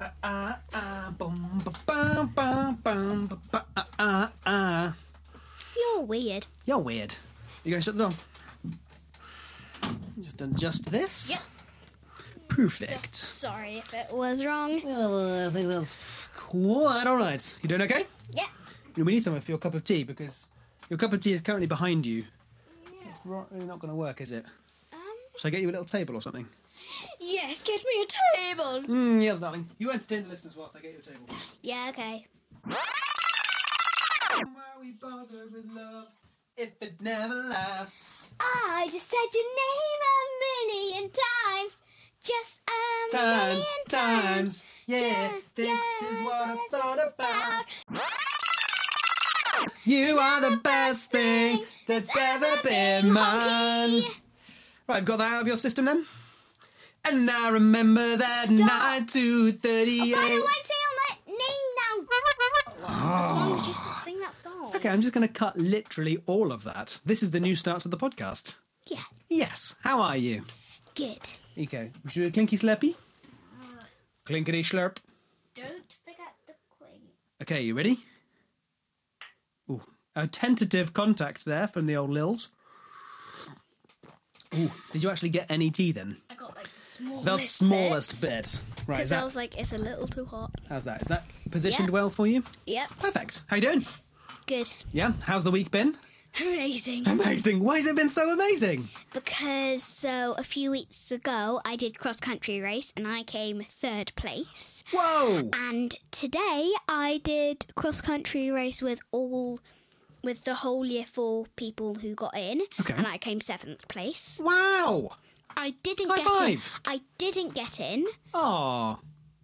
ah, ah, ah, bum, ba, bum, bum, bum, ba, ba, ah, ah, ah. You're weird. You're weird. You gonna shut the door? Just adjust this. Yep. Perfect. Sorry if it was wrong. Well, I think that's quite all right. You doing okay? Yeah. We need someone for your cup of tea because your cup of tea is currently behind you. It's ro- really not going to work, is it? Um. Should I get you a little table or something? Yes, get me a table. Mm, yes, darling. You entertain the listeners whilst I get you a table. Yeah. Okay. Why we bother with love if it never lasts? I just said your name a million times. Just a Times, million times. times, yeah. This is what I thought about. You are the best thing that's ever been mine. Right, I've got that out of your system then. And I remember that night to Find a 38. way to your li- name now. As long as you stop singing that song. Ah. Okay, I'm just going to cut literally all of that. This is the new start to the podcast. Yeah. Yes. How are you? Good. Okay. We should do a clinky slurpy. Clinkety slurp. Don't forget the queen. Okay, you ready? Ooh, a tentative contact there from the old Lils. Ooh, did you actually get any tea then? I got like the smallest. The smallest bit. Right, is Because I that, was like, it's a little too hot. how's that? Is that positioned Yeah. well for you? Yep. Perfect. How you doing? Good. Yeah, how's the week been? Amazing. Amazing. Why has it been so amazing? Because so a few weeks ago I did cross country race and I came third place. Whoa! And today I did cross country race with all with the whole year four people who got in Okay. and I came seventh place. Wow! I didn't High get five. in. I didn't get in, Aw.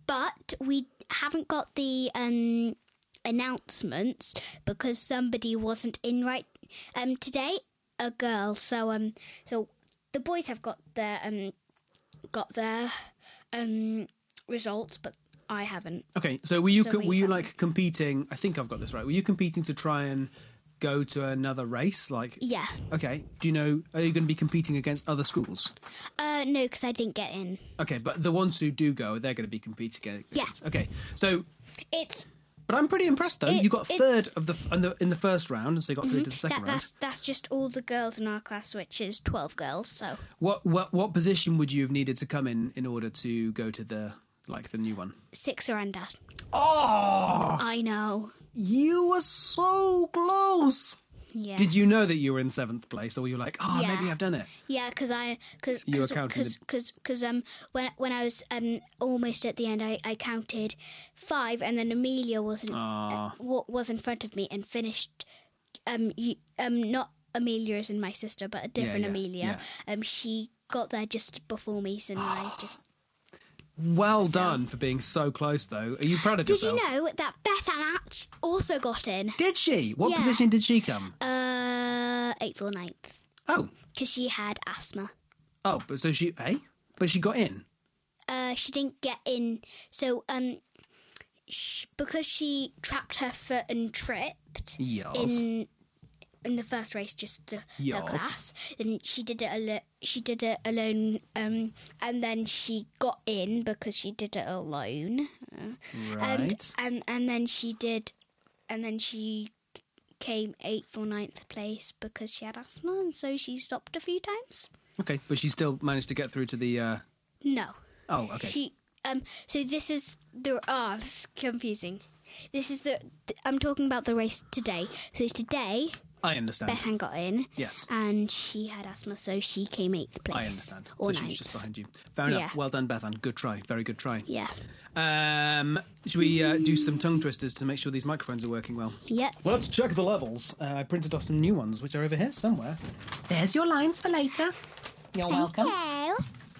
but we haven't got the um announcements because somebody wasn't in right um today a girl so um so the boys have got their um got their um results but I haven't Okay, so were you So co- we were you have- like competing? I think I've got this right. Were you competing to try and go to another race? Like, yeah okay, do you know? Are you going to be competing against other schools? Uh, no, because I didn't get in. Okay, but the ones who do go, they're going to be competing against. Yeah. Okay, so It's but I'm pretty impressed though. you It's- got it's- third of the, f- in the in the first round, and so you got through to the second Mm-hmm, that, round. that's that's just all the girls in our class, which is twelve girls. So What what what position would you have needed to come in in order to go to the like the new one? six are under. Oh, I know. you were so close. Yeah. Did you know that you were in seventh place, or were you like, oh, Yeah. maybe I've done it? Yeah, because I because You were counting the- because because um when when I was um almost at the end, I, I counted five, and then Amelia wasn't uh, Aw. was in front of me and finished um you, um not Amelia is in my sister, but a different yeah, Amelia. Um, she got there just before me, so I just Well done for being so close, though. Are you proud of Did yourself? you know that Beth Annat also got in? Did she? What Yeah. position did she come? Uh, eighth or ninth, Oh, because she had asthma. oh, but so she, eh? But she got in. Uh, she didn't get in, so um, sh because she trapped her foot and tripped Yes. in in the first race, just the, the Yes. class. And she did it alo- she did it alone. Um, and then she got in because she did it alone. Uh, right. And, and and then she did, and then she came eighth or ninth place because she had asthma, and so she stopped a few times. okay, but she still managed to get through to the. Uh... No, Oh, okay. she um. So this is the ah, this is confusing. This is the th- I'm talking about the race today. So today, I understand. Bethan got in, Yes, and she had asthma, so she came eighth place. I understand. Or so she ninth. was just behind you. Fair enough. Yeah. Well done, Bethan. Good try. Very good try. yeah. Um, should we uh, do some tongue twisters to make sure these microphones are working well? Yep. Well, let's check the levels. Uh, I printed off some new ones, which are over here somewhere. There's your lines for later. You're welcome. Hello.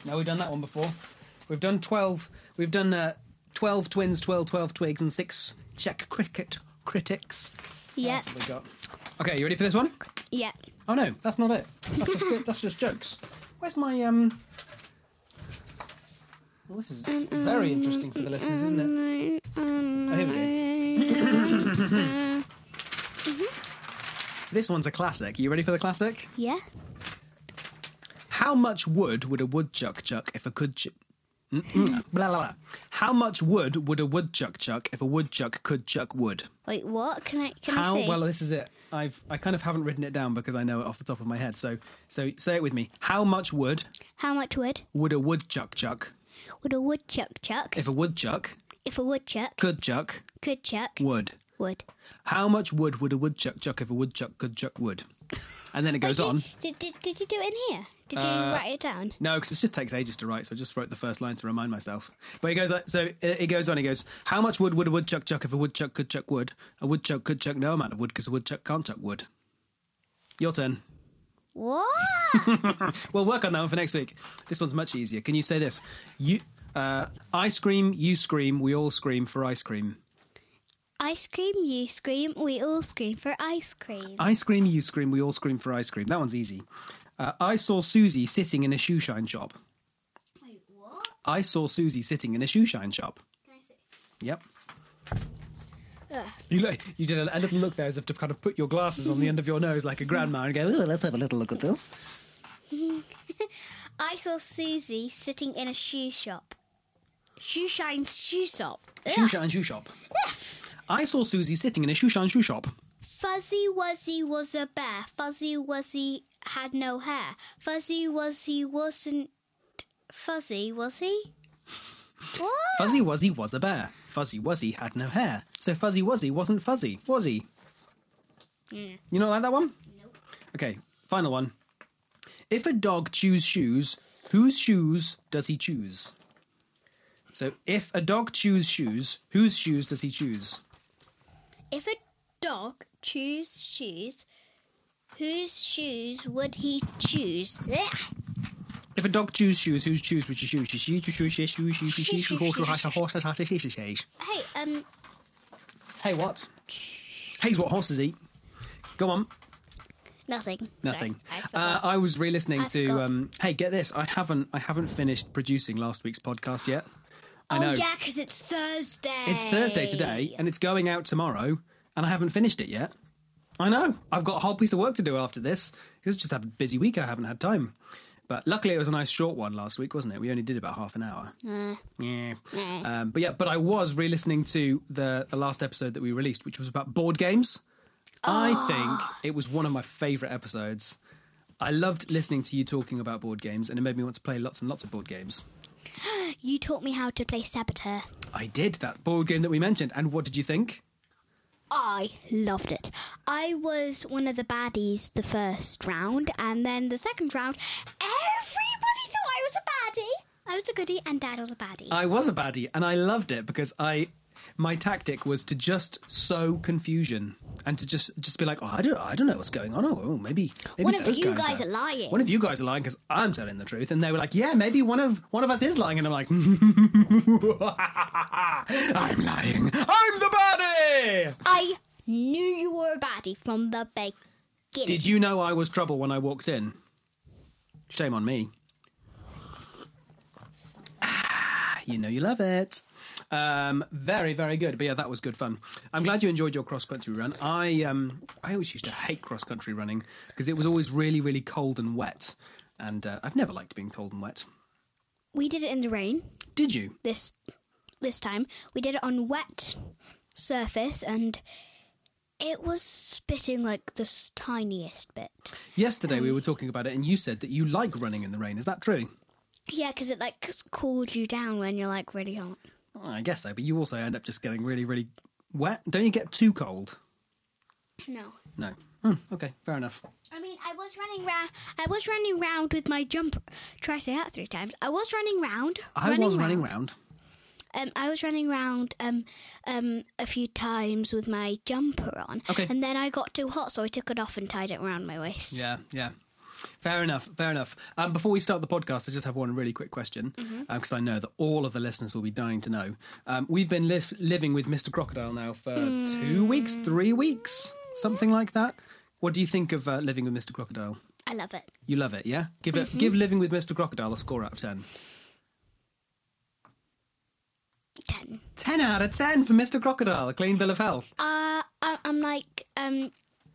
No, we've done that one before. We've done 12. We've done uh, 12 twins, 12, 12 twigs, and six Czech cricket critics. What Yep. else have we got? Okay, you ready for this one? Yep. Oh no, that's not it. That's just, bit- that's just jokes. Where's my um? Well, this is very interesting for the listeners, isn't it? Oh, here we go. This one's a classic. You ready for the classic? Yeah. How much wood would a woodchuck chuck if a could? Ch- Mm, mm, blah, blah, blah. How much wood would a woodchuck chuck if a woodchuck could chuck wood? Wait, what? Can I can How I see? well this is it. I've I kind of haven't written it down because I know it off the top of my head. So so say it with me. How much wood How much wood would a woodchuck chuck would a woodchuck chuck if a woodchuck if a woodchuck could chuck could chuck wood? wood? How much wood would a woodchuck chuck if a woodchuck could chuck wood? And then it goes on. Uh, Did, did, did you do it in here? Did you write it down? No, because it just takes ages to write, so I just wrote the first line to remind myself. But he goes, like- so it it goes on. He goes, how much wood would a woodchuck chuck if a woodchuck could chuck wood? A woodchuck could chuck no amount of wood because a woodchuck can't chuck wood. Your turn. What? We'll work on that one for next week. This one's much easier. Can you say this? You, uh, I scream, you scream, we all scream for ice cream. Ice cream, you scream, we all scream for ice cream. I scream, you scream, we all scream for ice cream. That one's easy. Uh, I saw Susie sitting in a shoe shine shop. Wait, what? I saw Susie sitting in a shoe shine shop. Can I see? Yep. You look, you did a, a little look there as if to kind of put your glasses on the end of your nose like a grandma and go, oh, let's have a little look at this. I saw Susie sitting in a shoe shop. Shoe shine shoe shop. Shoe shine shoe shop. I saw Susie sitting in a shoe shine shoe shop. Fuzzy Wuzzy was a bear. Fuzzy Wuzzy had no hair. Fuzzy Wuzzy wasn't fuzzy, was he? What? Fuzzy Wuzzy was a bear. Fuzzy Wuzzy had no hair. So Fuzzy Wuzzy wasn't fuzzy, was he? You not like that one? Nope. Okay, final one. If a dog chews shoes, whose shoes does he choose? So if a dog chews shoes, whose shoes does he choose? If a dog choose shoes, whose shoes would he choose? Blech. If a dog chews shoes, whose shoes would you choose? You see, you choose your shoes, you choose your horse, your horse, your horse, your horse, your horse, your horse. Hey, um, Hey, what? Hey's what horses eat. Go on. nothing. Nothing. Sorry, I I, uh, forgot. I was re-listening I to. forgot. Um, hey, get this! I haven't. I haven't finished producing last week's podcast yet. I know oh yeah, because it's Thursday. it's Thursday today, and it's going out tomorrow, and I haven't finished it yet. I know. I've got a whole piece of work to do after this. It's just a busy week. I haven't had time. But luckily, it was a nice short one last week, wasn't it? We only did about half an hour. Yeah. Um, but yeah, but I was re-listening to the the last episode that we released, which was about board games. I think it was one of my favourite episodes. I loved listening to you talking about board games, and it made me want to play lots and lots of board games. You taught me how to play saboteur. I did that board game that we mentioned, and what did you think? I loved it. I was one of the baddies the first round, and then the second round, everybody thought I was a baddie. I was a goodie, and Dad was a baddie. I was a baddie, and I loved it because I, my tactic was to just sow confusion and to just just be like, oh, I don't, I don't know what's going on. Oh, oh, maybe, maybe One of those you guys are are lying. One of you guys are lying because I'm telling the truth, and they were like, yeah, maybe one of one of us is lying, and I'm like, I'm lying. I'm the baddie. I knew you were a baddie from the beginning. Did you know I was trouble when I walked in? Shame on me. Ah, you know you love it. Um, very, very good. But yeah, that was good fun. I'm glad you enjoyed your cross country run. I um, I always used to hate cross country running because it was always really, really cold and wet, and uh, I've never liked being cold and wet. we did it in the rain Did you? this this time. We did it on wet surface, and it was spitting like the s- tiniest bit. Yesterday we were talking about it, and you said that you like running in the rain. Is that true? Yeah, because it like s- cooled you down when you're like really hot. I guess so. But you also end up just getting really, really wet. Don't you get too cold? No. No. Hmm, okay, fair enough. I mean, I was running round. I was running round with my jumper. Try to say that three times. I was running round. I was running round. Um, I was running round um, um, a few times with my jumper on. Okay. And then I got too hot, so I took it off and tied it around my waist. Yeah, yeah. Fair enough, fair enough. Um, before we start the podcast, I just have one really quick question because I know that all of the listeners will be dying to know. Um, we've been li- living with Mr. Crocodile now for two weeks, three weeks, something like that. What do you think of uh, living with Mr. Crocodile? I love it. You love it, yeah? Give it, give living with Mr. Crocodile a score out of ten. Ten. Ten out of ten for Mr. Crocodile, a clean bill of health. Uh, I, I'm like, um,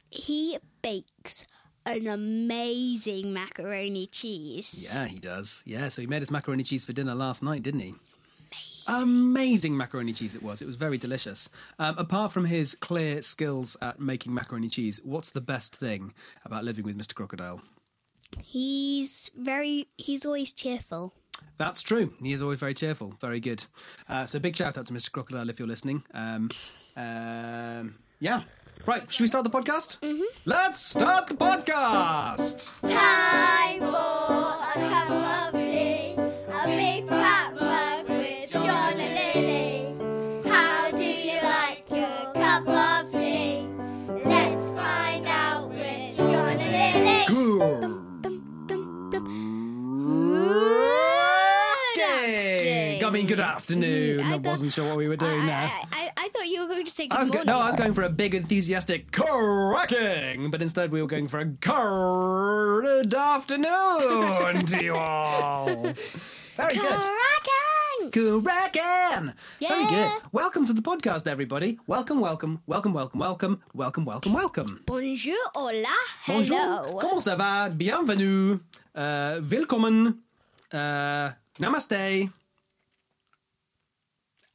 he bakes an amazing macaroni cheese. Yeah, he does. Yeah, so he made his macaroni cheese for dinner last night, didn't he? amazing macaroni cheese it was. It was very delicious. Um, apart from his clear skills at making macaroni cheese, what's the best thing about living with Mr. Crocodile? He's very. He's always cheerful. That's true. He is always very cheerful. Very good. Uh, so big shout out to Mr. Crocodile if you're listening. Um, um, yeah. Right. Should we start the podcast? Mm-hmm. Let's start the podcast. Time for a cup of tea, a big fat mug with John and Lily. How do you like your cup of tea? Let's find out with John and Lily. Okay. I mean, good afternoon. I, I wasn't sure what we were doing there. I, I, I, I thought you were going to say good I was go- morning. no, I was going for a big, enthusiastic cracking, but instead we were going for a good afternoon to you all. Very good. Kraken! Cracking! Very Yeah. good. Welcome to the podcast, everybody. Welcome, welcome, welcome, welcome, welcome, welcome, welcome, welcome. Bonjour, hola, Bonjour. hello. Comment ça va? Bienvenue. Uh, willkommen. Uh, namaste.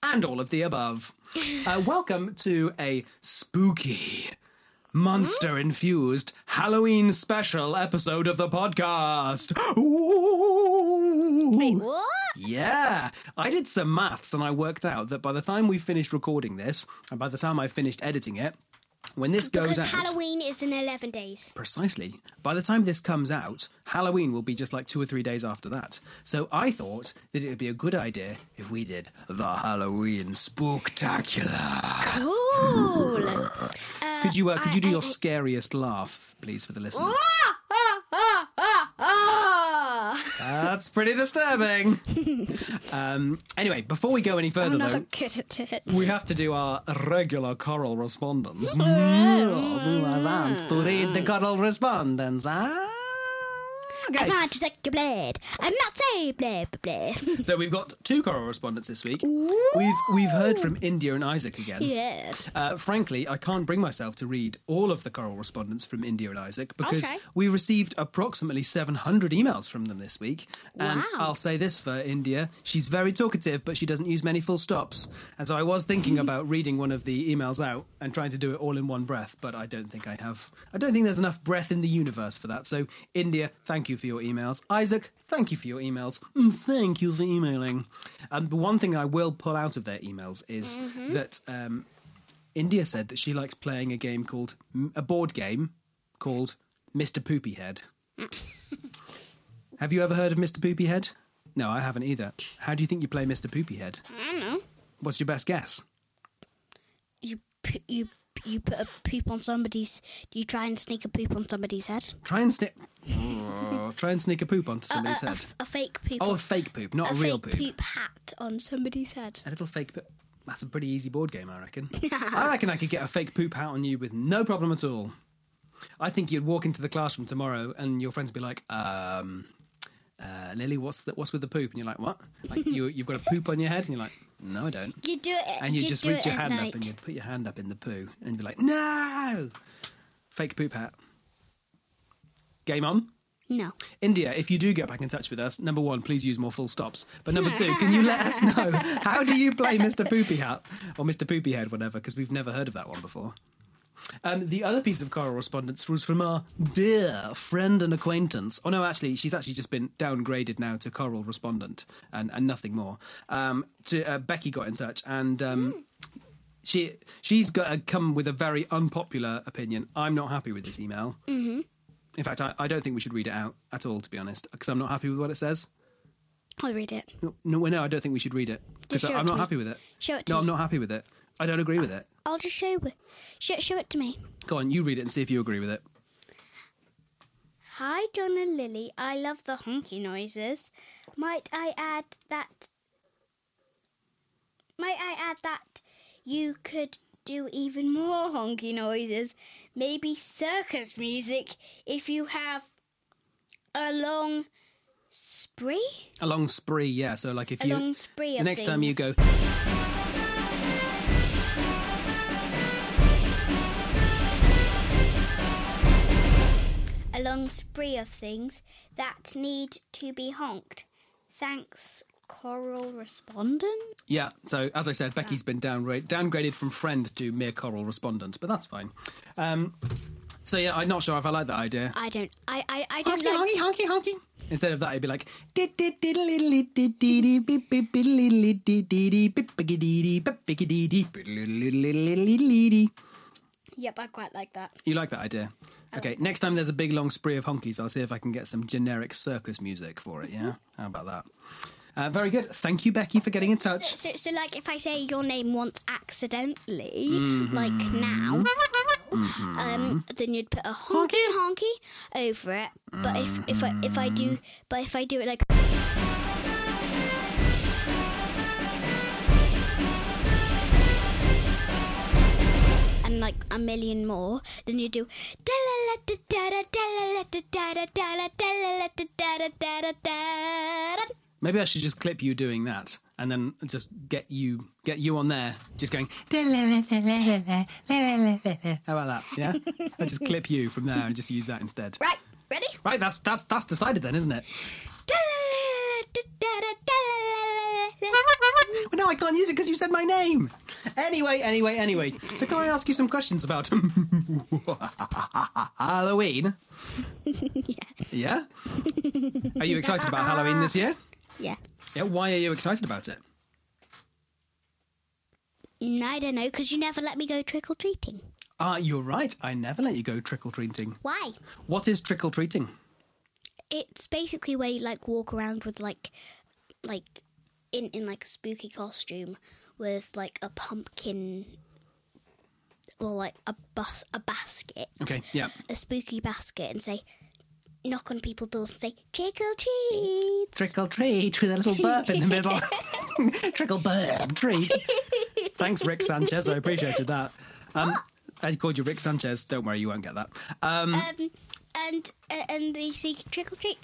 And all of the above. Uh, welcome to a spooky, monster infused Halloween special episode of the podcast. Ooh. Wait, what? Yeah, I did some maths and I worked out that by the time we finished recording this, and by the time I finished editing it, when this Because goes out, Halloween is in 11 days. Precisely. By the time this comes out, Halloween will be just like two or three days after that. So I thought that it would be a good idea if we did the Halloween spooktacular. Cool. could you uh, could you do I- your scariest laugh, please, for the listeners? That's pretty disturbing. um, anyway, before we go any further, I'm not though, good at it. we have to do our regular choral respondence. I Mm. want to read the choral respondence. Ah, okay. I can't suck your blade. I'm not say blade, blade. So we've got two choral respondents this week. We've we've heard from India and Isaac again. yes. Uh, frankly, I can't bring myself to read all of the choral respondents from India and Isaac because Okay. we received approximately 700 emails from them this week. And Wow. I'll say this for India she's very talkative, but she doesn't use many full stops. And so I was thinking about reading one of the emails out and trying to do it all in one breath, but I don't think I have. I don't think there's enough breath in the universe for that. So, India, thank you for your emails. Isaac, thank you for your emails. Mm, thank you for emailing. And the one thing I will pull out of their emails is Mm-hmm. that. Um, India said that she likes playing a game called a board game called Mr. Poopyhead. Have you ever heard of Mr. Poopyhead? No, I haven't either. How do you think you play Mr. Poopyhead? I don't know. What's your best guess? You pu- you you put a poop on somebody's. You try and sneak a poop on somebody's head. Try and sneak. Try and sneak a poop onto A, somebody's Uh, a- a head. f- a fake poop. Oh, a fake poop, not a, a real fake poop. hat on somebody's head. A little fake poop. That's a pretty easy board game, I reckon. I reckon I could get a fake poop hat on you with no problem at all. I think you'd walk into the classroom tomorrow and your friends would be like, um, uh, Lily, what's the, what's with the poop? And you're like, what? Like you, you've got a poop on your head? And you're like, no, I don't. You do it. And you, just do reach it your at hand night. up and you put your hand up in the poo and be like, no! Fake poop hat. Game on. No. India, if you do get back in touch with us, number one, please use more full stops. But number two, can you let us know how do you play Mr. Poopy Hat or Mr. Poopy Head, whatever, because we've never heard of that one before. Um, the other piece of choral respondence was from our dear friend and acquaintance. Oh no, actually, she's actually just been downgraded now to choral respondent and, and nothing more. Um, to uh, Becky got in touch and. Um, She she's got uh, come with a very unpopular opinion. I'm not happy with this email. In fact, I, I don't think we should read it out at all, to be honest, because I'm not happy with what it says. I'll read it. No, no, no, I don't think we should read it because Just show I'm it to not me. happy with it. Show it to No, I'm me. not happy with it. I don't agree with it. I'll just show it. Show, show it to me. Go on, you read it and see if you agree with it. Hi, John and Lily. I love the honky noises. Might I add that? Might I add that you could do even more honky noises? Maybe circus music if you have a long spree. A long spree, yeah. So, like, if A you long spree. the Of next time you things. go, A long spree of things that need to be honked. Thanks choral respondent. Yeah. So as I said, Becky's been downgrade, downgraded from friend to mere choral respondent, but that's fine. Um, so yeah, I'm not sure if I like that idea. I don't. I. I. I don't Honky, like. honky, honky, honky. Instead of that, it'd be like. You Yep, I quite like that. like that idea? Okay, next time there's a big long spree of honkies, I'll see if I can get some generic circus music for it, yeah? How about that? Uh, very good. Thank you, Becky, for getting in touch. So, so like, if I say your name once accidentally, like now, um, then you'd put a honky honky over it. But if if I if I do, but if I do it like, and like a million more, then you do. Maybe I should just clip you doing that and then just get you get you on there just going How about that? Yeah? I just clip you from there and just use that instead. Right, ready? Right, that's that's that's decided then, isn't it? Well, no, I can't use it because you said my name. Anyway, anyway, anyway. So can I ask you some questions about Halloween? yeah. Yeah? Are you excited about Halloween this year? Yeah. Yeah, why are you excited about it? Mm, I don't know, because you never let me go trick or treating. Ah, you're right. I never let you go trick or treating. Why? What is trick or treating? It's basically where you like walk around with like, like, in in like a spooky costume with like a pumpkin, or like a bus a basket. Okay, yeah. A spooky basket, and say, knock on people's doors and say trick or treat. Trick or treat with a little burp in the middle. Trickle burp treat. Thanks, Rick Sanchez. I appreciated that. Um, I called you Rick Sanchez. Don't worry, you won't get that. Um, um, and uh, and they say trick or treat,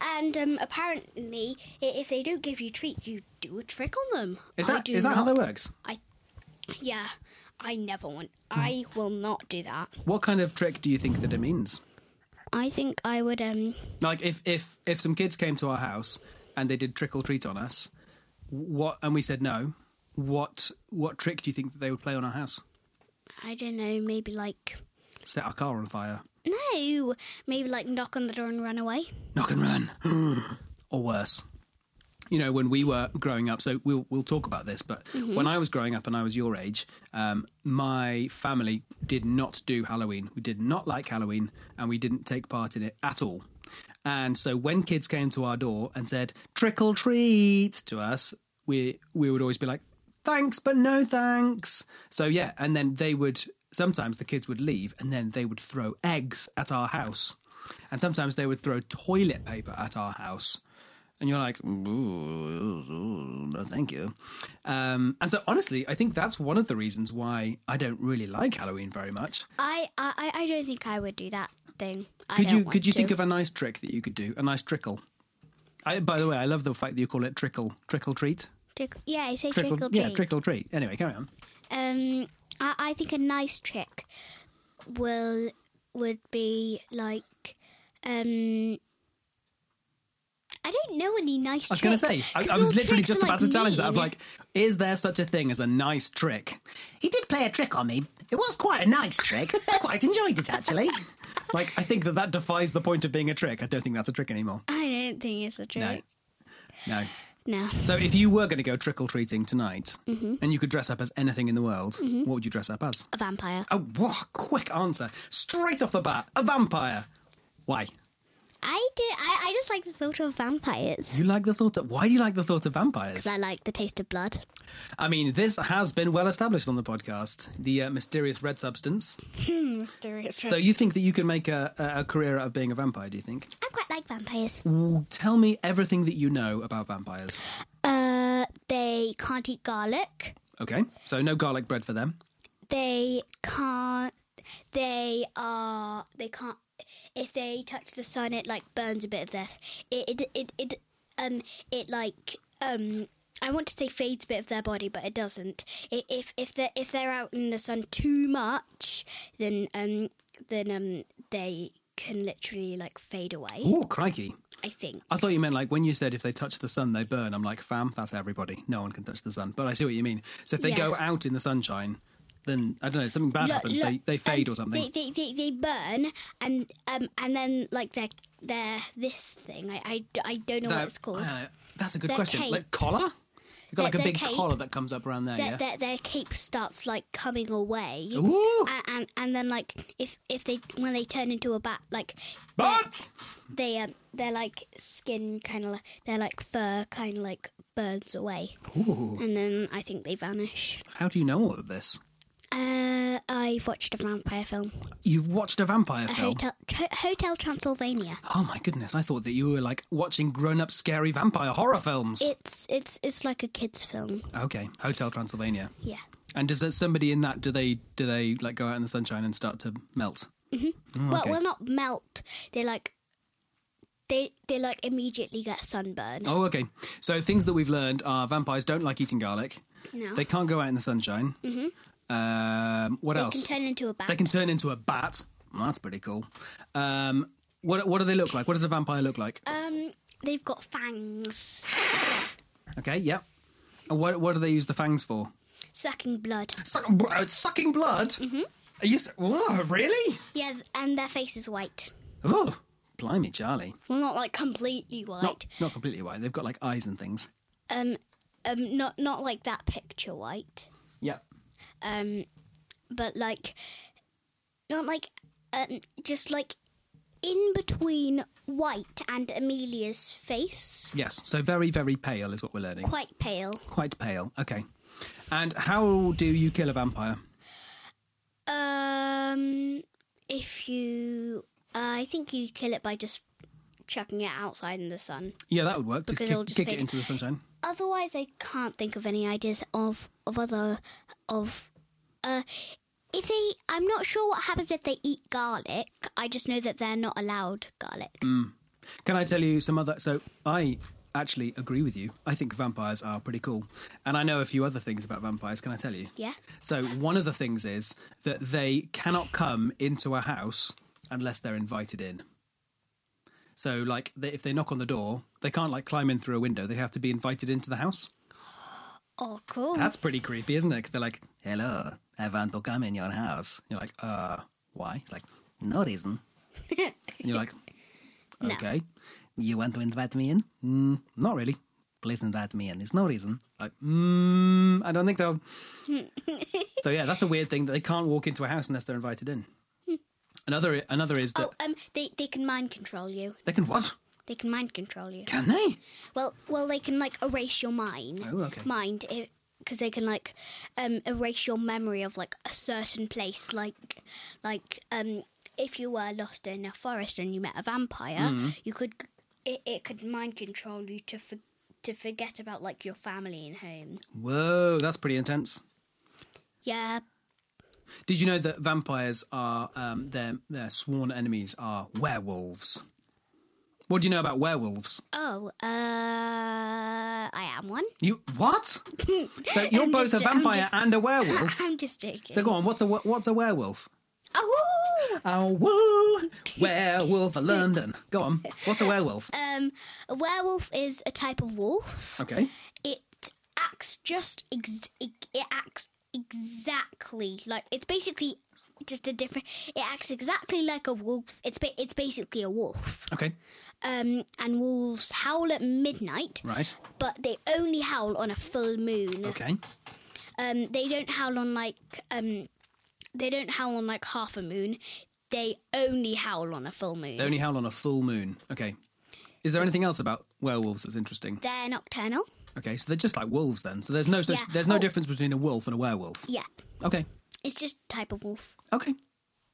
and um, apparently i- if they don't give you treats, you do a trick on them. is I that do is that how that not- works? I yeah, I never want. Hmm. I will not do that. What kind of trick do you think that it means? I think I would um Like, if if if some kids came to our house and they did trick or treat on us, what and we said no, what what trick do you think that they would play on our house? I don't know maybe like Set our car on fire. no maybe like knock on the door and run away. knock and run, or worse. You know, when we were growing up, so we'll we'll talk about this. But when I was growing up and I was your age, um, my family did not do Halloween. We did not like Halloween, and we didn't take part in it at all. And so when kids came to our door and said "trick or treat" to us, we we would always be like, thanks, but no thanks. So yeah, and then they would sometimes the kids would leave and then they would throw eggs at our house. And sometimes they would throw toilet paper at our house. And you're like, "Ooh, no, thank you. Um, and so, honestly, I think that's one of the reasons why I don't really like Halloween very much. I I I- I don't think I would do that thing. I Could don't you want could you to. think of a nice trick that you could do? A nice trickle. I, by the way, I love the fact that you call it trickle, trickle treat, trick? Yeah, I say trick, or treat. yeah, trickle treat. Anyway, carry on. Um, I, I think a nice trick will would be like um. I don't know any nice I was tricks. going to say, I, 'cause I was all literally tricks just are, about like, to challenge that. I'm mean. like, is there such a thing as a nice trick? He did play a trick on me. It was quite a nice trick. I quite enjoyed it, actually. like, I think that that defies the point of being a trick. I don't think that's a trick anymore. I don't think it's a No. trick. No. No. So, if you were going to go trick or treating tonight and you could dress up as anything in the world, what would you dress up as? A vampire. Oh, whoa, quick answer. Straight off the bat, a vampire. Why? I do. I, I just like the thought of vampires. You like the thought of. Why do you like the thought of vampires? I like the taste of blood. I mean, this has been well established on the podcast the uh, mysterious red substance. Mysterious. So, you think that you can make a, a a career out of being a vampire, do you think? I quite like vampires. Ooh, Tell me everything that you know about vampires. Uh, they can't eat garlic. Okay, so no garlic bread for them. they can't they are they can't if they touch the sun it like burns a bit of this it it it, it um it like um I want to say fades a bit of their body, but it doesn't. I- If if they if they're out in the sun too much, then um then um they can literally like fade away. Oh, crikey. I think. I thought you meant like when you said if they touch the sun, they burn. I'm like, fam, that's everybody. No one can touch the sun. But I see what you mean. So if they Yeah. go out in the sunshine, then I don't know, something bad Look- happens. look, they, they fade um, or something. They, they, they, they burn and um and then like they're they're this thing. I I, I don't know That- what it's called. uh, that's a good Their question. cape. Like collar? You've Their- got like a their big cape. collar that comes up around there, their, yeah? their their cape starts like coming away. Ooh! And, and and then like if if they when they turn into a bat like but they um their like skin kind of like their like fur kind of like burns away Ooh. and then I think they vanish. How do you know all of this? Uh, I've watched a vampire film, You've watched a vampire a film. hotel Tr- Hotel Transylvania. Oh my goodness, I thought that you were like watching grown up scary vampire horror films. It's it's it's like a kids film. okay, Hotel Transylvania. Yeah. And does that somebody in that do they do they like go out in the sunshine and start to melt? Well, Mm, okay. well, not melt. They like they they like immediately get sunburn. Oh, okay. So things that we've learned are vampires don't like eating garlic. No. They can't go out in the sunshine. Mm-hmm. Um, what They else? can turn into a bat. they can turn into a bat. Well, that's pretty cool. Um, what what do they look like? What does a vampire look like? um, they've got fangs, okay, yeah. And what what do they use the fangs for? sucking blood. Sucking, bl- uh, sucking blood. Mm-hmm. Are you s- Whoa, really? Yeah, th- and their face is white. Oh, blimey, Charlie. Well, not like completely white. Not, not completely white. They've got like eyes and things. Um, um, not not like that picture white. Yep. Um, but like, not like, um, just like in between white and Amelia's face, Yes. So very very pale is what we're learning. quite pale. Quite pale. Okay. And how do you kill a vampire? Um, if you, uh, I think you kill it by just chucking it outside in the sun. Yeah, that would work. Just Because kick, it'll just kick it fade. into the sunshine. Otherwise, I can't think of any ideas of of other of. Uh, if they, I'm not sure what happens if they eat garlic. I just know that they're not allowed garlic. Can I tell you some other? So I actually agree with you. I think vampires are pretty cool, and I know a few other things about vampires. Can I tell you? Yeah. So one of the things is that they cannot come into a house unless they're invited in. So like they, if they knock on the door, they can't like climb in through a window. They have to be invited into the house. Oh, cool. That's pretty creepy, isn't it? 'Cause they're like, "Hello, I want to come in your house." You're like, "Uh, why?" Like, no reason. And you're like, No. okay, you want to invite me in? Mm, not really. Please invite me in. There's no reason. Like, mm, I don't think so. so yeah, that's a weird thing that they can't walk into a house unless they're invited in. another another is that Hmm. oh, um, they they can mind control you. they can what? They can mind control you. Can they? Well, well, they can like erase your mind. Oh, okay. Mind, because they can like um, erase your memory of like a certain place, like like um, if you were lost in a forest and you met a vampire, Mm-hmm. you could it, it could mind control you to for, to forget about like your family and home. Whoa, that's pretty intense. Yeah, Did you know that vampires are um, their their sworn enemies are werewolves? What do you know about werewolves? Oh, uh, I am one. You what? So you're I'm both just- a vampire I'm and a werewolf. I'm just joking. So go on, what's a we- what's a werewolf? Oh, Oh woo, werewolf of London. Go on, what's a werewolf? um, a werewolf is a type of wolf. Okay, It acts just ex- ex- it acts exactly like it's basically just a different. It acts exactly like a wolf. It's ba- it's basically a wolf. okay, Um, and wolves howl at midnight, right, but they only howl on a full moon. okay, um, they don't howl on like um, they don't howl on like half a moon. They only howl on a full moon. they only howl on a full moon. Okay, is there anything else about werewolves that's interesting? They're nocturnal. Okay, so they're just like wolves then. So there's no such, Yeah. there's no Oh. difference between a wolf and a werewolf. Yeah, Okay, it's just a type of wolf. okay,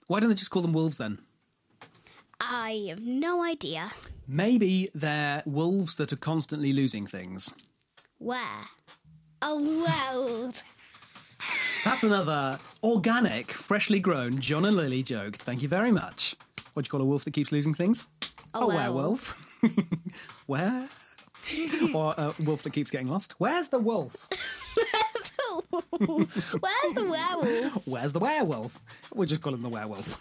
why don't they just call them wolves then? I have no idea Maybe they're wolves that are constantly losing things. where. A world. That's another organic, freshly grown John and Lily joke. Thank you very much. What do you call a wolf that keeps losing things? A werewolf. Where? or a wolf that keeps getting lost. Where's the wolf? Where's the werewolf? Where's the werewolf? We'll just call him the werewolf.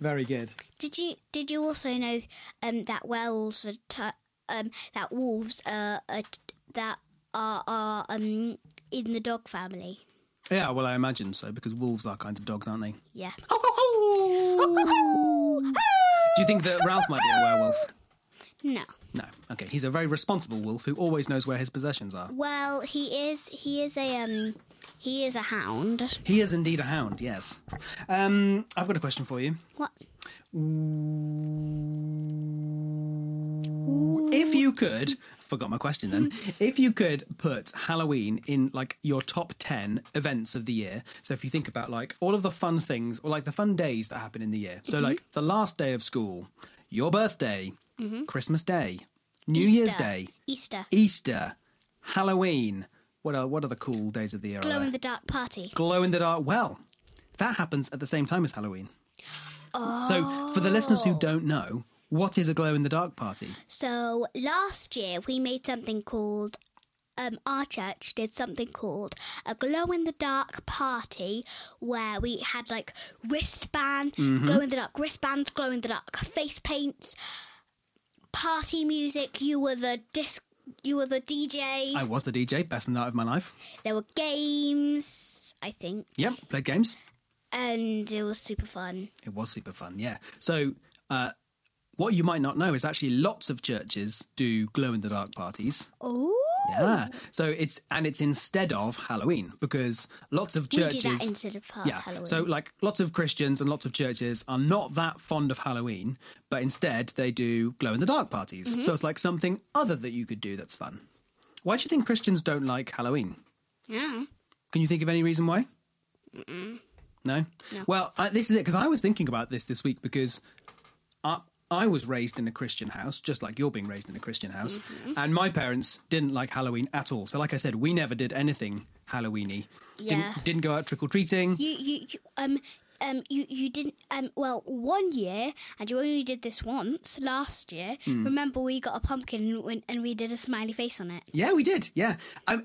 Very good. Did you did you also know um, that Wells are tu- um, that wolves are, are t- that are, are um, in the dog family? Yeah, well, I imagine so because wolves are kinds of dogs, aren't they? Yeah. Do you think that Ralph might be a werewolf? No. No. Okay, he's a very responsible wolf who always knows where his possessions are. Well, he is he is a um he is a hound. He is indeed a hound, yes. Um, I've got a question for you. What? If you could, forgot my question then, if you could put Halloween in like your top 10 events of the year, so if you think about like all of the fun things or like the fun days that happen in the year, so like the last day of school, your birthday, Christmas Day, New Year's Easter. Day, Easter. Easter, Halloween. What are what are the cool days of the year? Glow in the dark party. glow in the dark well. That happens at the same time as Halloween. So, for the listeners Oh. who don't know, what is a glow in the dark party? So last year we made something called um, our church did something called a glow in the dark party where we had like wristband, Mm-hmm. glow in the dark wristbands, glow in the dark face paints, party music. You were the disc, you were the DJ. I was the DJ, best night of my life. there were games, I think, Yep, played games. and it was super fun. It was super fun, yeah. So, uh, what you might not know is actually lots of churches do glow in the dark parties. Oh, Yeah. So it's and it's instead of Halloween because lots of we churches do that instead of ha- yeah. Halloween. So, like, lots of Christians and lots of churches are not that fond of Halloween, but instead they do glow in the dark parties. Mm-hmm. So it's like something other that you could do that's fun. Why do you think Christians don't like Halloween? yeah. Can you think of any reason why? No? Well, I, this is it because I was thinking about this this week because I, I was raised in a Christian house, just like you're being raised in a Christian house, Mm-hmm. and my parents didn't like Halloween at all. So, like I said, we never did anything Halloweeny. Yeah. Didn't, didn't go out trick or treating. you, you, you um um you, you didn't um well one year and you only did this once last year Hmm. remember we got a pumpkin and, went- and we did a smiley face on it Yeah, we did. Yeah. I,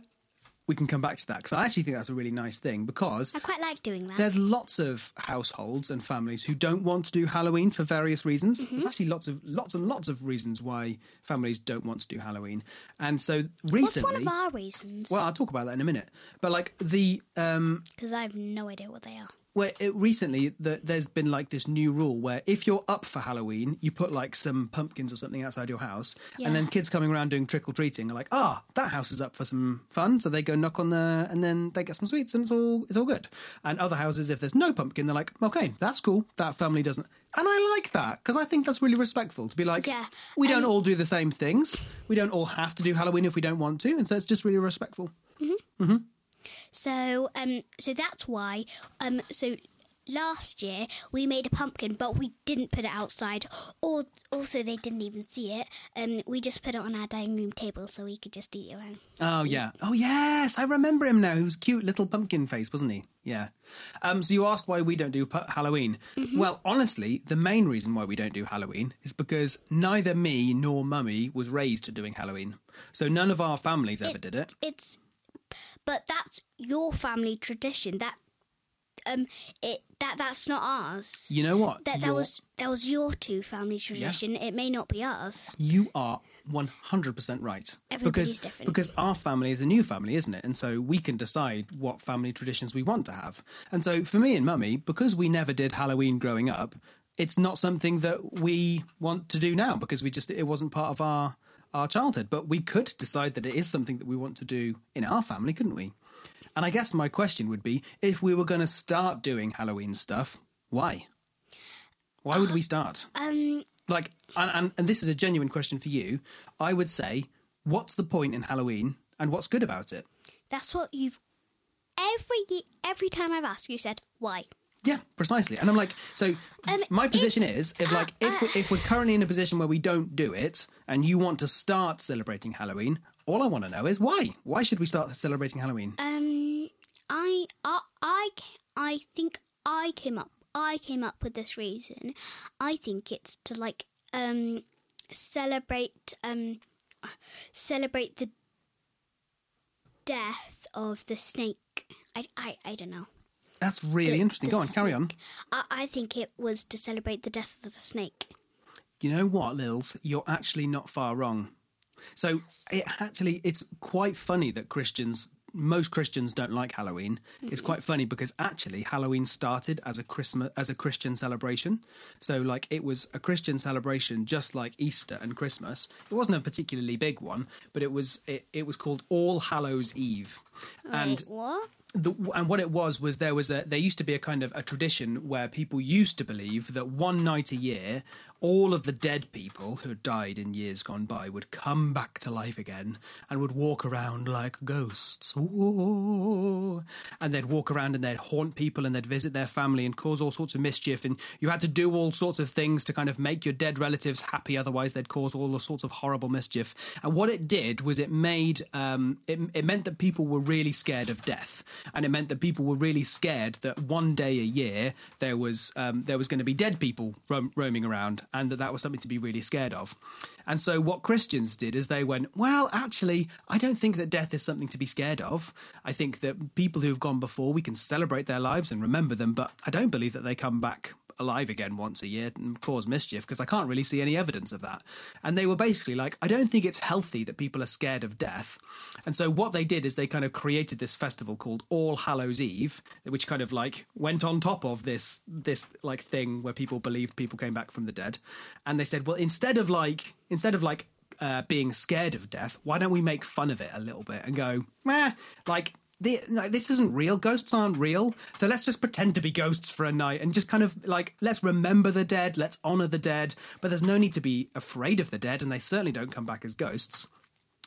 we can come back to that because I actually think that's a really nice thing because i quite like doing that there's lots of households and families who don't want to do Halloween for various reasons. Mm-hmm. There's actually lots of lots and lots of reasons why families don't want to do Halloween. And so what's recently one of our reasons well, I'll talk about that in a minute. But like the um because i have no idea what they are well, it, recently the, there's been like this new rule where if you're up for Halloween, you put like some pumpkins or something outside your house, and then Yeah. kids coming around doing trick or treating are like, ah, that house is up for some fun, so they go knock on the, and then they get some sweets, and it's all it's all good. And other houses, if there's no pumpkin, they're like, okay, that's cool, that family doesn't, and I like that because I think that's really respectful to be like, Yeah, we don't all do the same things, we don't all have to do Halloween if we don't want to, and so it's just really respectful. so um so that's why um so last year we made a pumpkin but we didn't put it outside or also they didn't even see it um we just put it on our dining room table so we could just eat it around Oh yeah. Oh yes, I remember him now. He was cute little pumpkin face, wasn't he? Yeah. Um, so you asked why we don't do pu- Halloween. Mm-hmm. Well, honestly, the main reason why we don't do Halloween is because neither me nor Mummy was raised doing Halloween. So none of our families ever did it. it's but that's your family tradition that um it that that's not ours You know what? that that You're- was that was your two family tradition it may not be ours You are 100% right. Everybody's because, different. Because our family is a new family, isn't it? And so we can decide what family traditions we want to have. And so for me and Mummy, because we never did Halloween growing up, it's not something that we want to do now because we just it wasn't part of our our childhood. But we could decide that it is something that we want to do in our family, couldn't we? And I guess my question would be if we were going to start doing Halloween stuff, why? Why would we start? um like and, and and this is a genuine question for you i would say what's the point in halloween and what's good about it that's what you've every ye- every time i've asked you said why yeah precisely and i'm like so Um, my position it's- is if like if, uh, we- if we're currently in a position where we don't do it and you want to start celebrating halloween all i want to know is why why should we start celebrating halloween um i i i, ca- I think i came up i came up with this reason i think it's to like um celebrate um celebrate the death of the snake i i, I don't know That's really the- interesting. the Go on, carry on. I, I think it was to celebrate the death of the snake. You know what, Lils? You're actually not far wrong. So it actually it's quite funny that Christians most Christians don't like Halloween. It's quite funny because actually Halloween started as a Christmas as a Christian celebration. So like it was a Christian celebration just like Easter and Christmas. It wasn't a particularly big one, but it was it, it was called All Hallows Eve. And Wait, what? the, and what it was was there was a there used to be a kind of a tradition where people used to believe that one night a year all of the dead people who had died in years gone by would come back to life again and would walk around like ghosts Ooh. and they'd walk around and they'd haunt people and they'd visit their family and cause all sorts of mischief and you had to do all sorts of things to kind of make your dead relatives happy otherwise they'd cause all sorts of horrible mischief and what it did was it made um, it, it meant that people were really scared of death and it meant that people were really scared that one day a year there was um, there was going to be dead people roam, roaming around and that that was something to be really scared of and so what christians did is they went well actually i don't think that death is something to be scared of i think that people who've gone before we can celebrate their lives and remember them but i don't believe that they come back alive again once a year and cause mischief because I can't really see any evidence of that. And they were basically like, I don't think it's healthy that people are scared of death. And so what they did is they kind of created this festival called All Hallows Eve, which kind of like went on top of this this like thing where people believed people came back from the dead. And they said, well, instead of like instead of like uh, being scared of death, why don't we make fun of it a little bit and go, meh, like, the, like this isn't real. Ghosts aren't real. So let's just pretend to be ghosts for a night and just kind of like, let's remember the dead, let's honor the dead, but there's no need to be afraid of the dead, and they certainly don't come back as ghosts.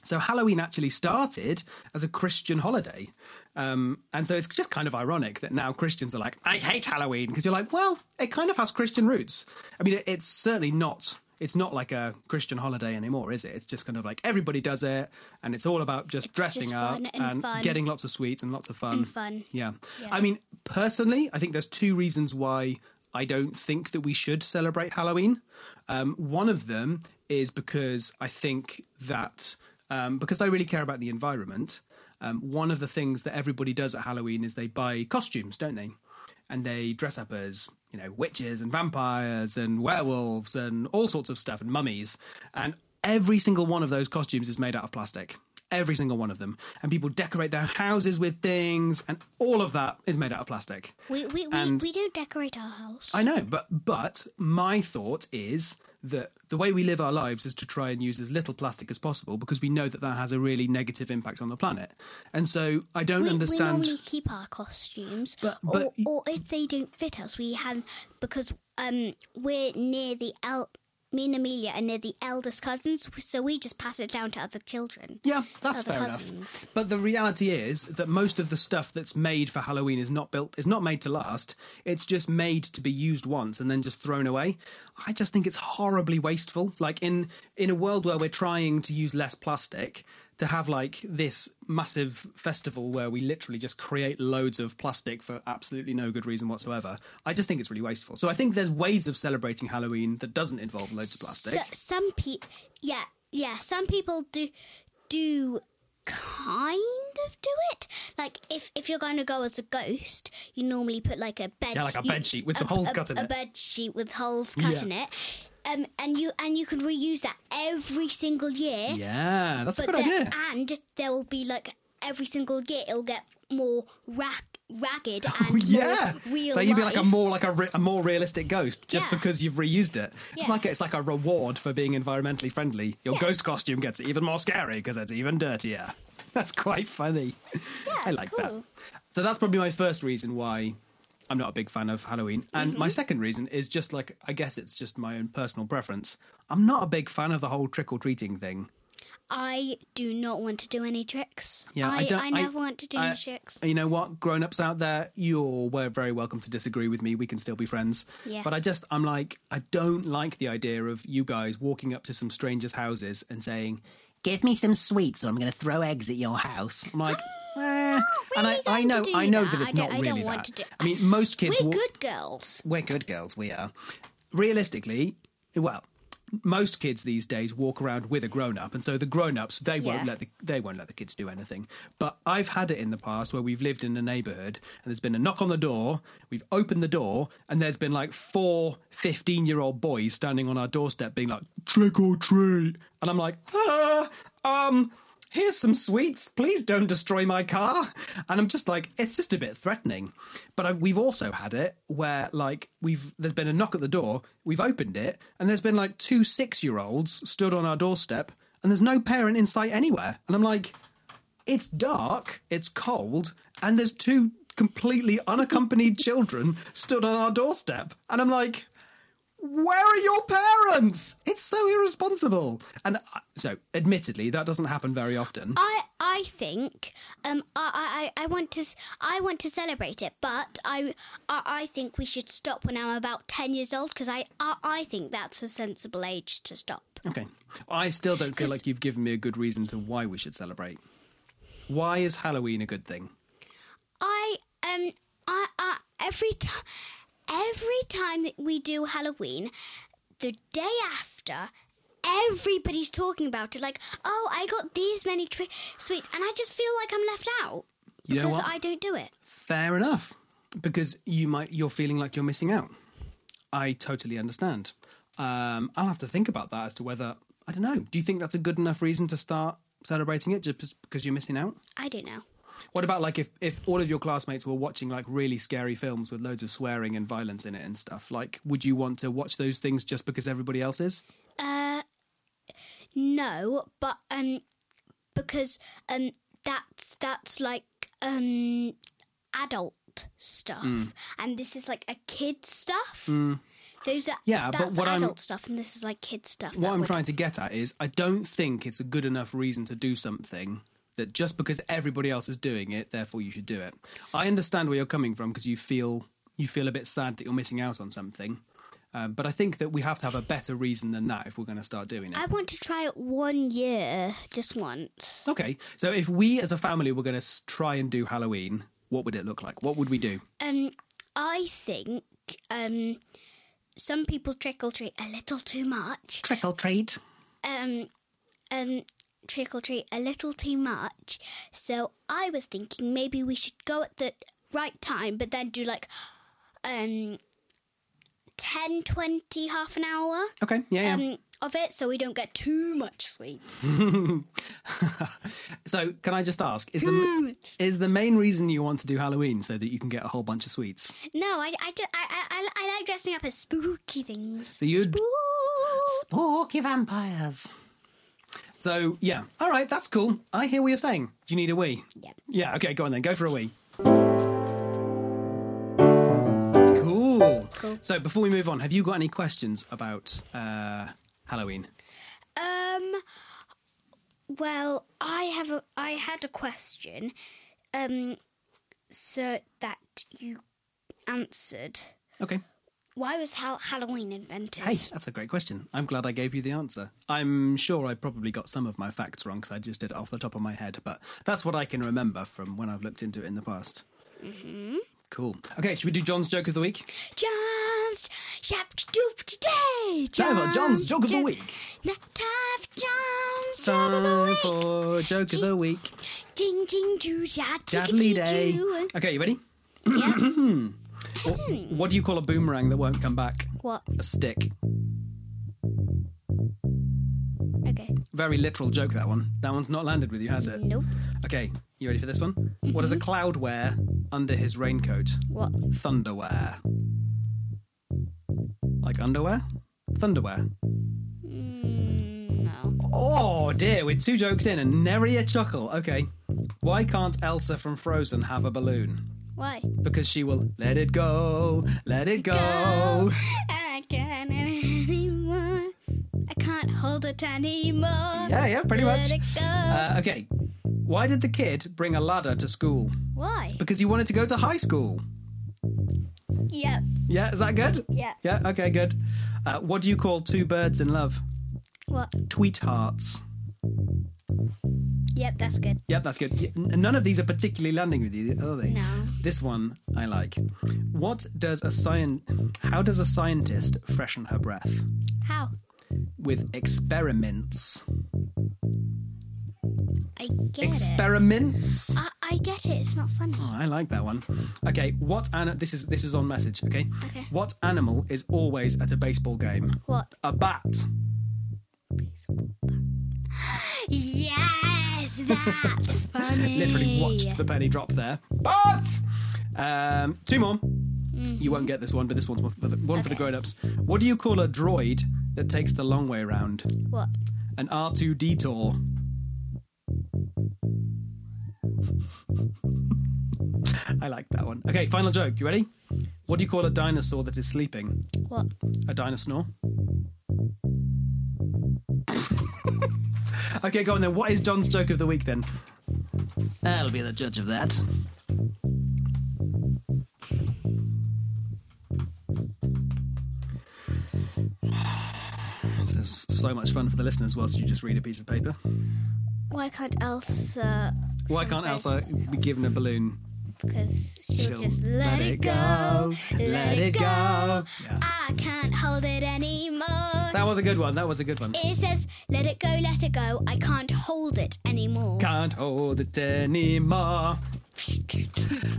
So Halloween actually started as a Christian holiday. Um, and so it's just kind of ironic that now Christians are like, I hate Halloween because you're like, well, it kind of has Christian roots. I mean, it, it's certainly not. It's not like a Christian holiday anymore, is it? It's just kind of like everybody does it, and it's all about just dressing just up fun and, and fun. getting lots of sweets and lots of fun. fun. Yeah. I mean, personally, I think there's two reasons why I don't think that we should celebrate Halloween. Um, one of them is because I think that, um, because I really care about the environment, um, one of the things that everybody does at Halloween is they buy costumes, don't they? And they dress up as, you know, witches and vampires and werewolves and all sorts of stuff and mummies. And every single one of those costumes is made out of plastic every single one of them and people decorate their houses with things and all of that is made out of plastic We we, we, we don't decorate our house. i know but but my thought is that the way we live our lives is to try and use as little plastic as possible because we know that that has a really negative impact on the planet and so i don't we, understand We normally keep our costumes, But- but or, y- or if they don't fit us, we have because um we're near the el. Me and Amelia are near the eldest cousins, so we just pass it down to other children. Yeah, that's other fair cousins. enough. But the reality is that most of the stuff that's made for Halloween is not built is not made to last. It's just made to be used once and then just thrown away. I just think it's horribly wasteful. Like in in a world where we're trying to use less plastic, to have like this massive festival where we literally just create loads of plastic for absolutely no good reason whatsoever. I just think it's really wasteful. So I think there's ways of celebrating Halloween that doesn't involve loads of plastic. So, some people, yeah, yeah, some people do do kind of do it. Like if if you're going to go as a ghost, you normally put like a bed, Yeah, like a you- bed sheet with some holes a, cut in a it. bed sheet with holes cut Yeah. in it. Um, and you and you can reuse that every single year. yeah, that's a eh, But good there- idea. And there will be like every single year, it'll get more rag, ragged and Oh, yeah. more real. so you'd be like a life. more like a, re- a more realistic ghost just Yeah. because you've reused it. It's Yeah. like a, it's like a reward for being environmentally friendly. Your Yeah. ghost costume gets even more scary because it's even dirtier. That's quite funny. I it's like that. cool. So that's probably my first reason why I'm not a big fan of Halloween. And Mm-hmm. my second reason is just like I guess it's just my own personal preference. I'm not a big fan of the whole trick or treating thing. I do not want to do any tricks. Yeah, I, I, don't. never want to do I- any tricks. You know what, grown-ups out there, you're we very welcome to disagree with me. We can still be friends. Yeah. But I just, I'm like, I don't like the idea of you guys walking up to some strangers' houses and saying, Give me some sweets or I'm going to throw eggs at your house. "I'm like." eh. and I, really going I to know, do I know that, that. it's I don't- not I really don't that. want to do- I mean, most kids We're walk- good girls. we're good girls. We are. Realistically, well, most kids these days walk around with a grown up, and so the grown ups they Yeah. won't let the they won't let the kids do anything. But I've had it in the past where we've lived in a neighbourhood and there's been a knock on the door. We've opened the door and there's been like four 15 year old boys standing on our doorstep, being like trick or treat, and I'm like, ah, um. Here's some sweets. Please don't destroy my car. And I'm just like, it's just a bit threatening. But I, we've also had it where, like, we've there's been a knock at the door. We've opened it, and there's been like two six year olds stood on our doorstep, and there's no parent in sight anywhere. And I'm like, it's dark, it's cold, and there's two completely unaccompanied children stood on our doorstep. And I'm like, where are your parents? It's so irresponsible. And I, so, admittedly, that doesn't happen very often. I I think um I, I, I want to s- I want to celebrate it, but I I, I think we should stop when I'm about ten years old because I, I I think that's a sensible age to stop. Okay. I still don't feel 'Cause- like you've given me a good reason to why we should celebrate. Why is Halloween a good thing? I um I, I every time every time that we do Halloween, the day after, everybody's talking about it. Like, oh, I got these many tri- sweets, and I just feel like I'm left out You know because what? I don't do it. Fair enough. Because you might you're feeling like you're missing out. I totally understand. Um, I'll have to think about that as to whether I don't know. Do you think that's a good enough reason to start celebrating it just because you're missing out? I don't know. What about like if if all of your classmates were watching like really scary films with loads of swearing and violence in it and stuff? Like, would you want to watch those things just because everybody else is? No, but um, because um, that's that's like um, adult stuff, Mm. and this is like a kid stuff. Those are Yeah, but that's what I'm- adult stuff, and this is like kid stuff. What that I'm would- trying to get at is I don't think it's a good enough reason to do something that just because everybody else is doing it, therefore you should do it. I understand where you're coming from because you feel you feel a bit sad that you're missing out on something. Um, but I think that we have to have a better reason than that if we're going to start doing it. I want to try it one year, just once. Okay, so if we as a family were going to s- try and do Halloween, what would it look like? What would we do? Um, I think um, some people trick or treat a little too much. Trick or treat. um um trick or treat a little too much. So I was thinking maybe we should go at the right time but then do like um 10 20 half an hour Okay, yeah, yeah. um of it so we don't get too much sweets. so can I just ask is hmm. the is the main reason you want to do Halloween so that you can get a whole bunch of sweets? No, I I, ju- I, I- I- I like dressing up as spooky things. So you'd Spooky vampires. So yeah, all right, that's cool. I hear what you're saying. Do you need a wee? Yeah. Yeah. Okay, go on then. Go for a wee. Cool. Cool. So before we move on, have you got any questions about uh, Halloween? Um. Well, I have a. I had a question. Um. So that you answered. Okay. Why was Hal- Halloween invented? Hey, that's a great question. I'm glad I gave you the answer. I'm sure I probably got some of my facts wrong because I just did it off the top of my head, but that's what I can remember from when I've looked into it in the past. Mm-hmm. Cool. Okay, should we do John's joke of the week? Just shop doop today. Time for John's joke of the week. Now time for John's job of the Time week. for joke of the week. Ding ding doo ja Daddly day. tickety-doo. Okay, you ready? what, what do you call a boomerang that won't come back? What? A stick. Okay. Very literal joke that one. That one's not landed with you, has it? Nope. Okay, you ready for this one? What Mm-hmm. does a cloud wear under his raincoat? What? Thunderwear. Like underwear? Thunderwear. Mm, No. Oh dear, we're two jokes in and never a chuckle. Okay. Why can't Elsa from Frozen have a balloon? Why? Because she will let it go, let it go. I can't anymore. I can't hold it anymore. Yeah, yeah, pretty Let much. it go. Uh, okay. Why did the kid bring a ladder to school? Why? Because he wanted to go to high school. Yep. Yeah, is that good? Yeah. Yeah, okay, good. Uh, what do you call two birds in love? What? Tweet hearts. Yep, that's good. Yep, that's good. Y- n- None of these are particularly landing with you, are they? No. This one I like. What does a scien- How does a scientist freshen her breath? How? with experiments. I get it. Experiments. I, I get it. It's not funny. Oh, I like that one. Okay, what an this is this is on message, okay? Okay. What animal is always at a baseball game? What? A bat. Yes, that's funny. Literally watched the penny drop there. But um, two more. You won't get this one, but this one's one for the, one for the Mm. Okay. grown-ups. What do you call a droid that takes the long way round? What? An R2 detour. I like that one. Okay, final joke. You ready? What do you call a dinosaur that is sleeping? What? A dinosaur. okay, go on then. What is John's joke of the week then? I'll be the judge of that. There's so much fun for the listeners whilst you just read a piece of paper. Why can't Elsa? Why can't Elsa be given a balloon? Because she'll, She'll just let, it go, let it go. Yeah. I can't hold it anymore. That was a good one. That was a good one. It says, "Let it go, let it go. I can't hold it anymore." Can't hold it anymore.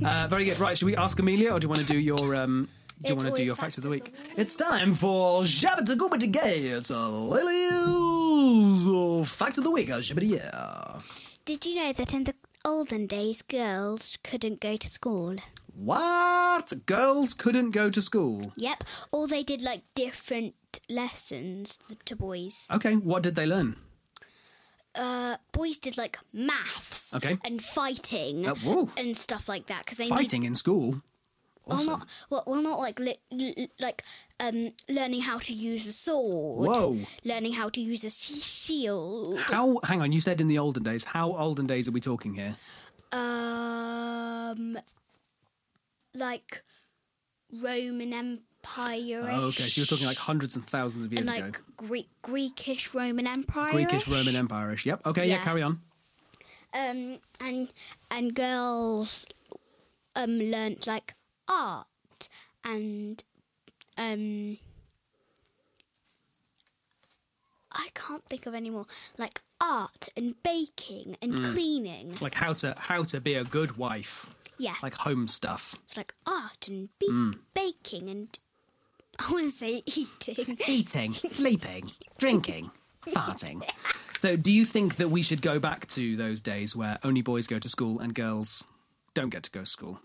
Uh, very good. Right, should we ask Amelia, or do you want to do your um? Do you It's want to do always your fact fact of the of week? It's time for Shabbat Gubba Gay. It's a little fact of the week. uh, Shabbat yeah. Did you know that in the olden days, girls couldn't go to school? What? Girls couldn't go to school. Yep, or they did like different lessons th- to boys. Okay, what did they learn? Uh, boys did like maths Okay. and fighting Uh, whoa. and stuff like that because they need Fighting in school. Well, Awesome. not well, well, not like li- l- like um, learning how to use a sword. Whoa. Learning how to use a sh- shield. How? Hang on. You said in the olden days. How olden days are we talking here? Um, like Roman Empire. Oh, okay, so you're talking like hundreds and thousands of years and ago. like Greek Greekish Roman Empire. Greekish, Roman Empire-ish. Yep. Okay. Yeah. Yeah. Carry on. Um, and and girls um learnt like art and um I can't think of any more like art and baking and Hmm. cleaning. Like how to how to be a good wife. Yeah, Like home stuff. it's like art and be- Mm. baking and I want to say eating. Eating, sleeping, drinking, farting. So, do you think that we should go back to those days where only boys go to school and girls don't get to go to school?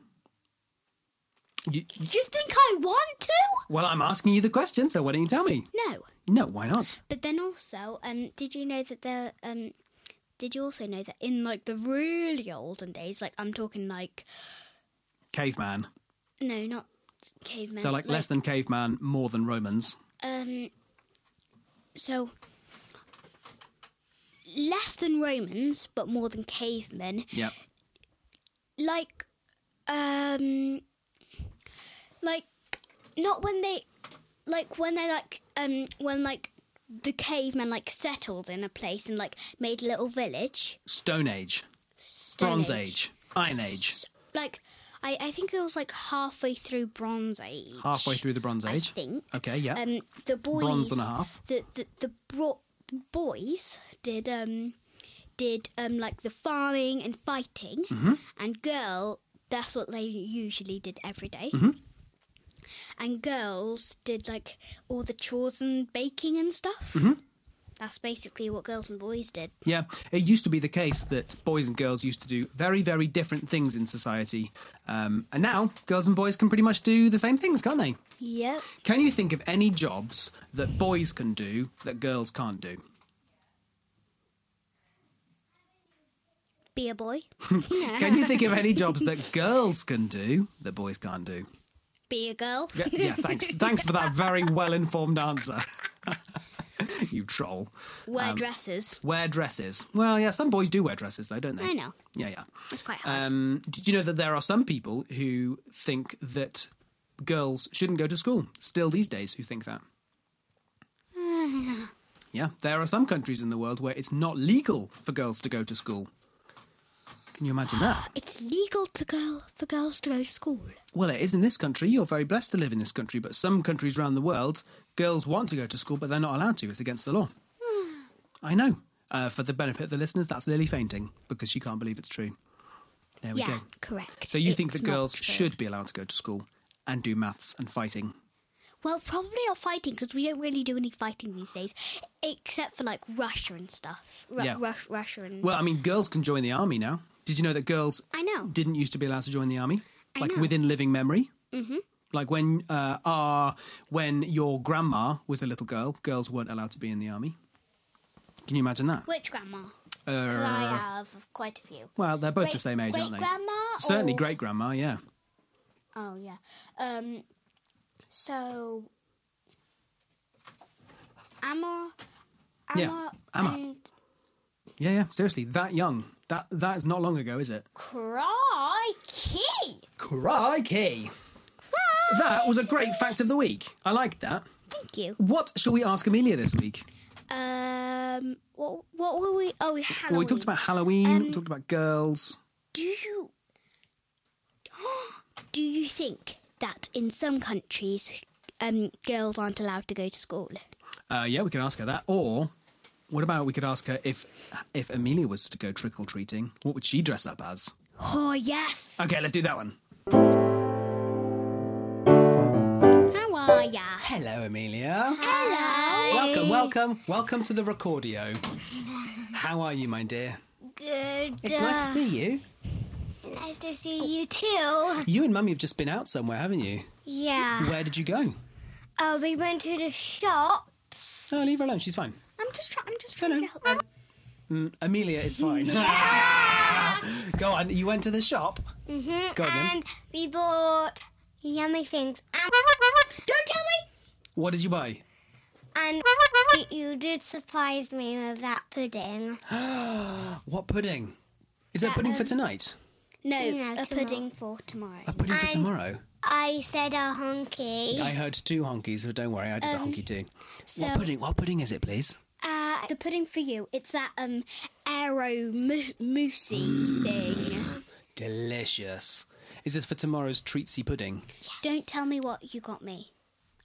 You, you think I want to? well, I'm asking you the question, so why don't you tell me? No. No, why not? But then also, um, did you know that there, um, did you also know that in like the really olden days, like I'm talking like Caveman. no, not cavemen. So, like, less than caveman, more than Romans. um, so less than Romans, but more than cavemen. Yep. Like, um, like not when they, like when they like um when like the cavemen like settled in a place and like made a little village. Stone Age, Stone Bronze Age, Iron Age. Like, I, I think it was like halfway through Bronze Age. Halfway through the Bronze I Age. think. Okay, yeah. Um, the boys. Bronze and a half. The the the bro- boys did um did um like the farming and fighting, Mm-hmm. and girl. That's what they usually did every day. Mm-hmm. And girls did like all the chores and baking and stuff. Mm-hmm. That's basically what girls and boys did. Yeah, it used to be the case that boys and girls used to do very, very different things in society. Um, and now, girls and boys can pretty much do the same things, can't they? Yep. Can you think of any jobs that boys can do that girls can't do? Be a boy. Can you think of any jobs that girls can do that boys can't do? Be a girl. Yeah, yeah thanks. Thanks for that very well informed answer. you troll. Wear Um, dresses. Wear dresses. Well, yeah, some boys do wear dresses, though, don't they? I know. Yeah, yeah. It's quite hard. Um, did you know that there are some people who think that girls shouldn't go to school? Still these days, who think that? yeah, there are some countries in the world where it's not legal for girls to go to school. Can Can you imagine that? It's legal to go for girls to go to school. Well, it is in this country. You're very blessed to live in this country, but some countries around the world, girls want to go to school, but they're not allowed to. It's against the law. I know. Uh, for the benefit of the listeners, that's Lily fainting because she can't believe it's true. There we yeah, go. correct. So you think It's that not girls true. should be allowed to go to school and do maths and fighting? Well, probably not fighting because we don't really do any fighting these days, except for like Russia and stuff. Ru- Yeah. Rus- Russia and. Well, I mean, girls can join the army now. Did you know that girls I know. didn't used to be allowed to join the army, I like know. within living memory. Mm-hmm. Like when uh, our, when your grandma was a little girl, girls weren't allowed to be in the army. Can you imagine that? Which grandma? 'Cause I Uh, have quite a few. well, they're both the Great- same age, aren't they? Great-grandma or- Certainly, great grandma. Yeah, Oh yeah. Um. So. Amma. Amma Yeah, Amma. And yeah, yeah. Seriously, that young. That that is not long ago, is it? Crikey! Crikey! That was a great fact of the week. I liked that. Thank you. What shall we ask Amelia this week? Um. What? What were we? Oh, we Halloween. Well, we talked about Halloween. we Um, talked about girls. Do you do you think that in some countries um, girls aren't allowed to go to school? Uh, yeah, we could ask her that. Or what about we could ask her if if Amelia was to go trick or treating, what would she dress up as? Oh yes. Okay, let's do that one. How are ya? Hello, Amelia. Hello. Welcome, welcome, welcome to the Recordio. How are you, my dear? Good. uh, It's nice to see you. Nice to see you too. You and Mummy have just been out somewhere, haven't you? Yeah. Where did you go? Uh, we went to the shop. No, leave her alone. She's fine. I'm just trying. I'm just trying to help. Mm, Amelia is fine. go on. You went to the shop. Mhm, Mm-hmm. Go on then. and we bought yummy things. And don't tell me. What did you buy? And you- you did surprise me with that pudding. What pudding? Is there pudding for tonight? No, No, a tomorrow. pudding for tomorrow. A pudding for I- tomorrow? I said a honky. I heard two honkies, but don't worry, I did the honky too. what pudding? What pudding is it, please? Uh, The pudding for you. It's that um arrow mo- moosey thing. Delicious. Is this for tomorrow's treatsy pudding? Don't tell me what you got me.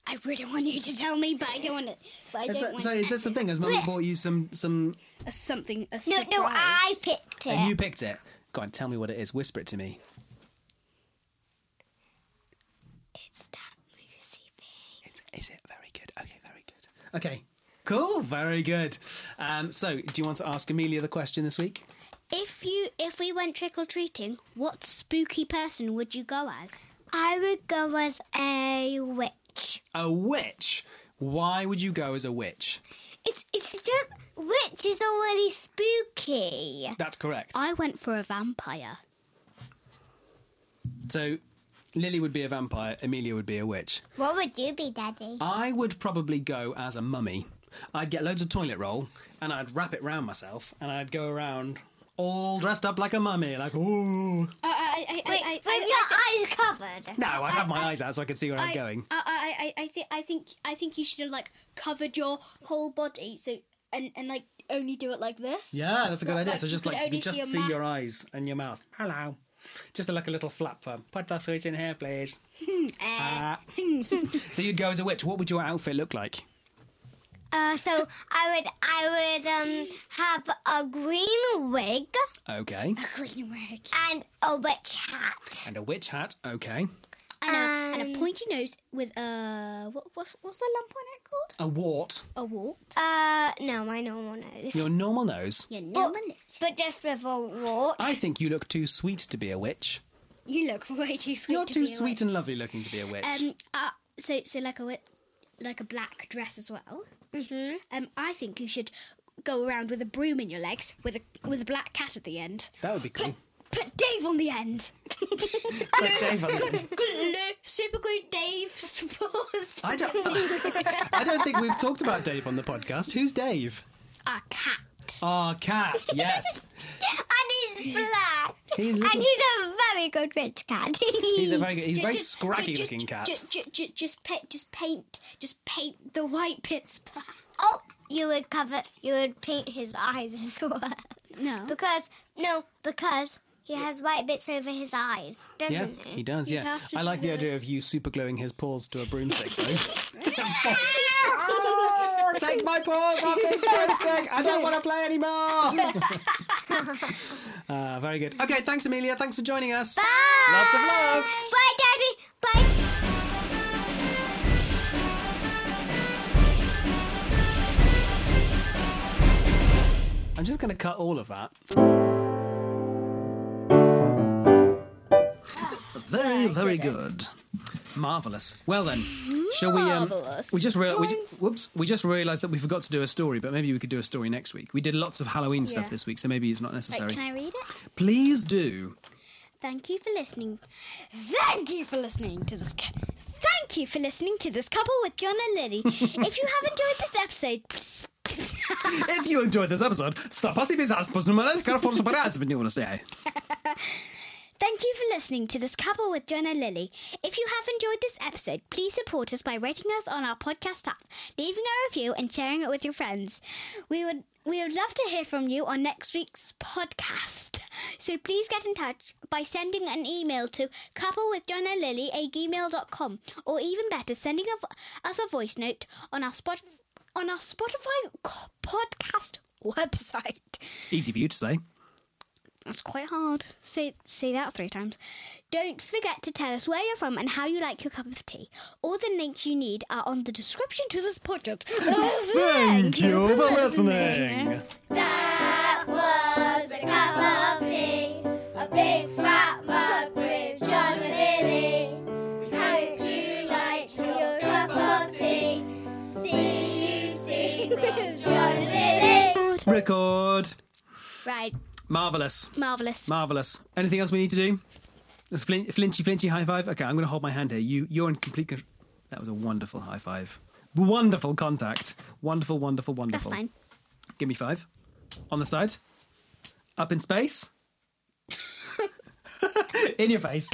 I really want you to tell me, but I don't want it. But I Is don't that, want so is this the thing? Has Mummy bought you some some a something. A no, no, I picked it. and you picked it? Go on, tell me what it is. Whisper it to me. It's that moosey thing. Is, is it very good? Okay, very good. Okay. Cool, very good. Um, so, do you want to ask Amelia the question this week? If you if we went trick or treating, what spooky person would you go as? I would go as a witch. A witch. Why would you go as a witch? It's it's just witch is already spooky. That's correct. I went for a vampire. So, Lily would be a vampire, Amelia would be a witch. What would you be, Daddy? I would probably go as a mummy. I'd get loads of toilet roll and I'd wrap it round myself and I'd go around all dressed up like a mummy, like ooh. I I Wait, with your eyes covered. No, I'd have my eyes out so I could see where I, was going. I I I think I think I think you should have like covered your whole body so and and like only do it like this. Yeah, that's a good idea. like, So you just could like you only can see just see, your mouth. your eyes and your mouth. Hello. Just like a little flap for 'em. Put that switch in here, please. Ah. so you'd go as a witch. What would your outfit look like? Uh, so I would I would um have a green wig Okay. Green wig. and a witch hat. And a witch hat. Okay. And, a, and a pointy nose with a what, what's what's the lump on it called? A wart. A wart. Oh, Uh, no, my normal nose. Your normal nose. Yeah, But, no but just with a wart. I think you look too sweet to be a witch. You look way too sweet. You're to too be a witch. sweet and lovely looking to be a witch. Um, uh, so so like a wi- like a black dress as well. Mm-hmm. Um, I think you should go around with a broom in your legs with a with a black cat at the end. that would be cool. Put Dave on the end. Put Dave on the end. Glue, super glue Dave supports I don't. I don't think we've talked about Dave on the podcast. Who's Dave? a cat. Our cat. Yes, and he's black. He's and little- he's a very good witch cat. he's a very good, he's Ju- a very ju- scraggy ju- looking ju- cat. ju- ju- ju- Just paint, just paint, just paint the white bits black. oh, you would cover. You would paint his eyes as well. No. Because no, because He has white bits over his eyes, doesn't Yeah, Mm-hmm. he? he does. Yeah, I like the idea of you super gluing his paws to a broomstick. though. Take my paws off this broomstick! I don't want to play anymore. uh, very good. Okay, thanks, Amelia. Thanks for joining us. Bye! Lots of love. Bye, Daddy! Bye! I'm just going to cut all of that. Very, very good. Marvelous. Well then, shall we? Um, Marvellous. we just real, we, ju- whoops, we just realised that we forgot to do a story, but maybe we could do a story next week. We did lots of Halloween stuff Yeah. this week, so maybe it's not necessary. Wait, can I read it? Please do. Thank you for listening. Thank you for listening to this. cou- Thank you for listening to this couple with John and Lily. if you have enjoyed this episode, please- If you enjoyed this episode, stop us if it's us, but no matter care for super ads, but you want to say. thank you for listening to this couple with John and Lily. If you have enjoyed this episode, please support us by rating us on our podcast app, leaving a review, and sharing it with your friends. We would we would love to hear from you on next week's podcast. So please get in touch by sending an email to couple with John and Lily at gmail.com or even better, sending a vo- us a voice note on our spot on our Spotify co- podcast website. Easy for you to say. That's quite hard. Say say that three times. Don't forget to tell us where you're from and how you like your cup of tea. All the links you need are on the description to this podcast. Thank you for listening. That was a cup of tea, a big fat mug with John and Lily. Hope you liked your cup of tea. See you soon with John and Lily. Record. right, Marvelous. marvelous. Marvelous. Anything else we need to do? This flin- flinchy, flinchy high five. Okay, I'm going to hold my hand here. You, you're in complete. Con- that was a wonderful high five. Wonderful contact. Wonderful, wonderful, That's wonderful. fine. Give me five. On the side. Up in space. in your face.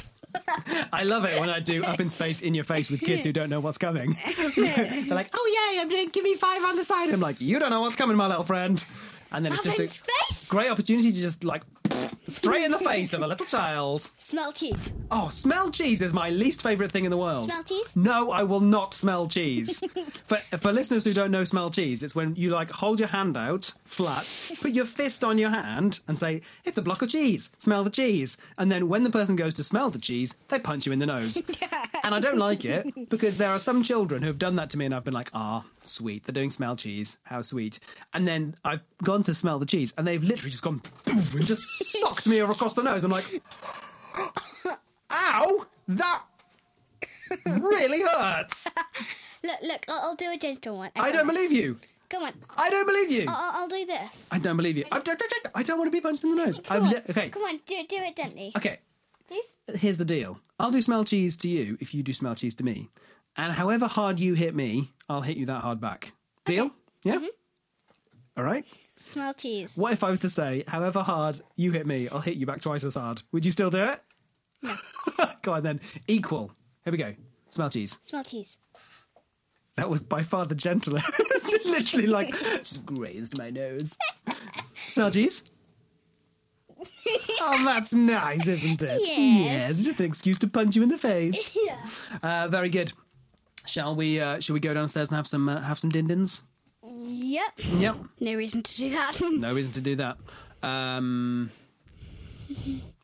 I love it when I do up in space in your face with kids who don't know what's coming. They're like, "Oh yay, I'm doing give me five on the side." I'm like, "You don't know what's coming, my little friend." And then it's Up in just a space. great opportunity to just like straight in the face of a little child. Smell cheese. Oh, smell cheese is my least favorite thing in the world. Smell cheese? No, I will not smell cheese. for for listeners who don't know smell cheese, it's when you like hold your hand out flat, put your fist on your hand and say, "It's a block of cheese. Smell the cheese." And then when the person goes to smell the cheese, they punch you in the nose. and I don't like it because there are some children who have done that to me and I've been like, "Ah, sweet. They're doing smell cheese. How sweet." And then I've gone to smell the cheese and they've literally just gone poof and just socked me across the nose. I'm like, ow, that really hurts. Look, look. I'll, I'll do a gentle one. I don't believe you. Come on. I don't believe you. I'll, I'll do this. I don't believe you. I don't, I don't want to be punched in the nose. Come I'm on. li- okay, Uh, Come on. Do do it gently. okay. Please. Here's the deal. I'll do smell cheese to you if you do smell cheese to me, and however hard you hit me, I'll hit you that hard back. Deal? Yeah. Mm-hmm. All right. Smell cheese. What if I was to say, however hard you hit me, I'll hit you back twice as hard? Would you still do it? No. go on then. Equal. Here we go. Smell cheese. Smell cheese. That was by far the gentlest. It Literally, like, just grazed my nose. Smell cheese? oh, that's nice, isn't it? Yes. it's just an excuse to punch you in the face. Yeah. Uh, very good. Shall we? Uh, shall we go downstairs and have some uh, have some dindins? Yep. Yep. No reason to do that. No reason to do that. Um,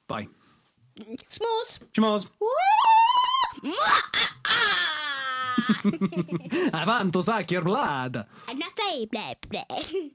bye. S'mores. Schmoz. Ah! Avanto sac your blood. I'm not saying blah blah.